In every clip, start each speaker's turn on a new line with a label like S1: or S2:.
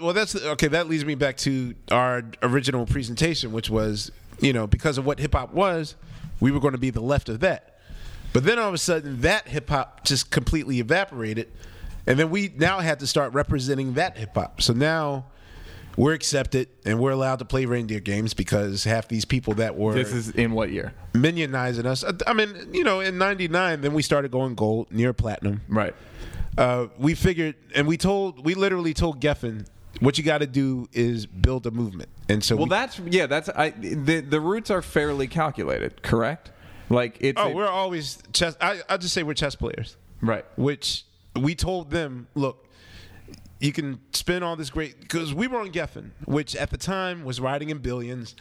S1: well, that's okay. That leads me back to our original presentation, which was you know because of what hip hop was, we were going to be the left of that. But then all of a sudden, that hip hop just completely evaporated, and then we now had to start representing that hip hop. So now we're accepted and we're allowed to play reindeer games because half these people that were
S2: This is in what year?
S1: minionizing us. I mean, you know, in '99, then we started going gold, near platinum
S2: Right.
S1: uh, we figured and we told we literally told Geffen what you got to do is build a movement and so
S2: Well,
S1: we,
S2: that's yeah. That's I. The the roots are fairly calculated, correct? Like it's
S1: oh
S2: a-
S1: we're always chess I, I just say we're chess players
S2: right.
S1: which we told them look you can spend all this great because we were on Geffen which at the time was riding in billions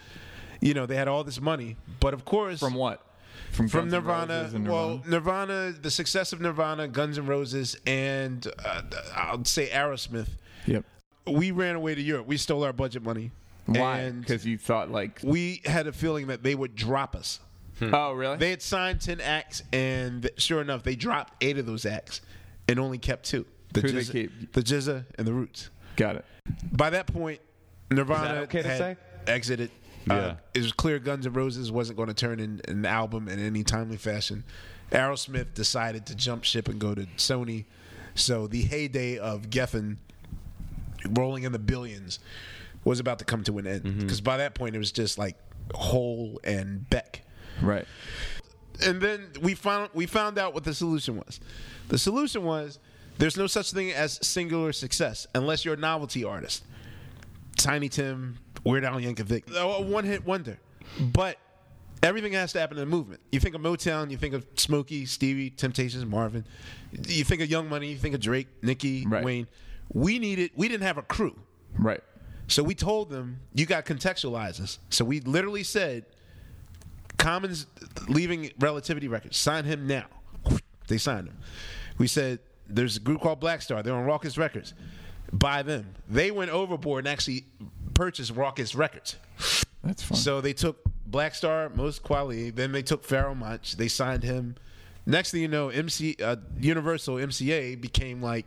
S1: you know they had all this money but of course
S2: From what?
S1: from
S2: Guns N'
S1: Nirvana,
S2: Roses and
S1: Well, Nirvana, the success of Nirvana, Guns N' Roses, and uh, I'll say Aerosmith.
S2: Yep.
S1: we ran away to Europe. We stole our budget money.
S2: Why?
S1: And
S2: Because you thought like
S1: we had a feeling that they would drop us.
S2: oh really?
S1: They had signed 10 acts, and th- sure enough, they dropped eight of those acts and only kept two. The
S2: Who'd they
S1: Jizza,
S2: keep?
S1: The Jizza and the Roots.
S2: Got it.
S1: By that point, Nirvana
S3: okay to
S1: had
S3: say?
S1: exited. Uh,
S3: Yeah.
S1: it was clear Guns N' Roses wasn't going to turn in an album in any timely fashion. Aerosmith decided to jump ship and go to Sony. So the heyday of Geffen rolling in the billions was about to come to an end. Because by that point, it was just like Hole and Beck
S2: Right.
S1: and then we found we found out what the solution was. The solution was there's no such thing as singular success unless you're a novelty artist. Tiny Tim, Weird Al Yankovic, a one hit wonder. But everything has to happen in a movement. You think of Motown, you think of Smokey, Stevie, Temptations, Marvin. You think of Young Money, you think of Drake, Nicki,
S2: Right.
S1: Wayne. We needed we didn't have a crew.
S2: Right.
S1: So we told them, you got to contextualize us. So we literally said, Commons leaving Relativity Records, sign him now. They signed him. We said, there's a group called Black Star, they're on Raucous Records. Buy them. They went overboard and actually purchased Raucous Records.
S2: That's fun.
S1: So they took Black Star, Most Quality, then they took Pharaoh Munch, they signed him. Next thing you know, MC uh, Universal MCA became like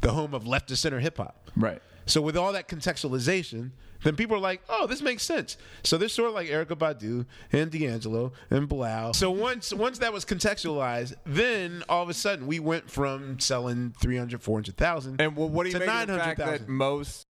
S1: the home of left to center hip hop.
S2: right.
S1: So with all that contextualization, then people are like, "Oh, this makes sense." So they're sort of like Erica Badu and D'Angelo and Blau. So once once that was contextualized, then all of a sudden we went from selling 300, 400,000
S2: And well, what do you
S1: to
S2: make of the fact that
S1: 900,000.
S2: most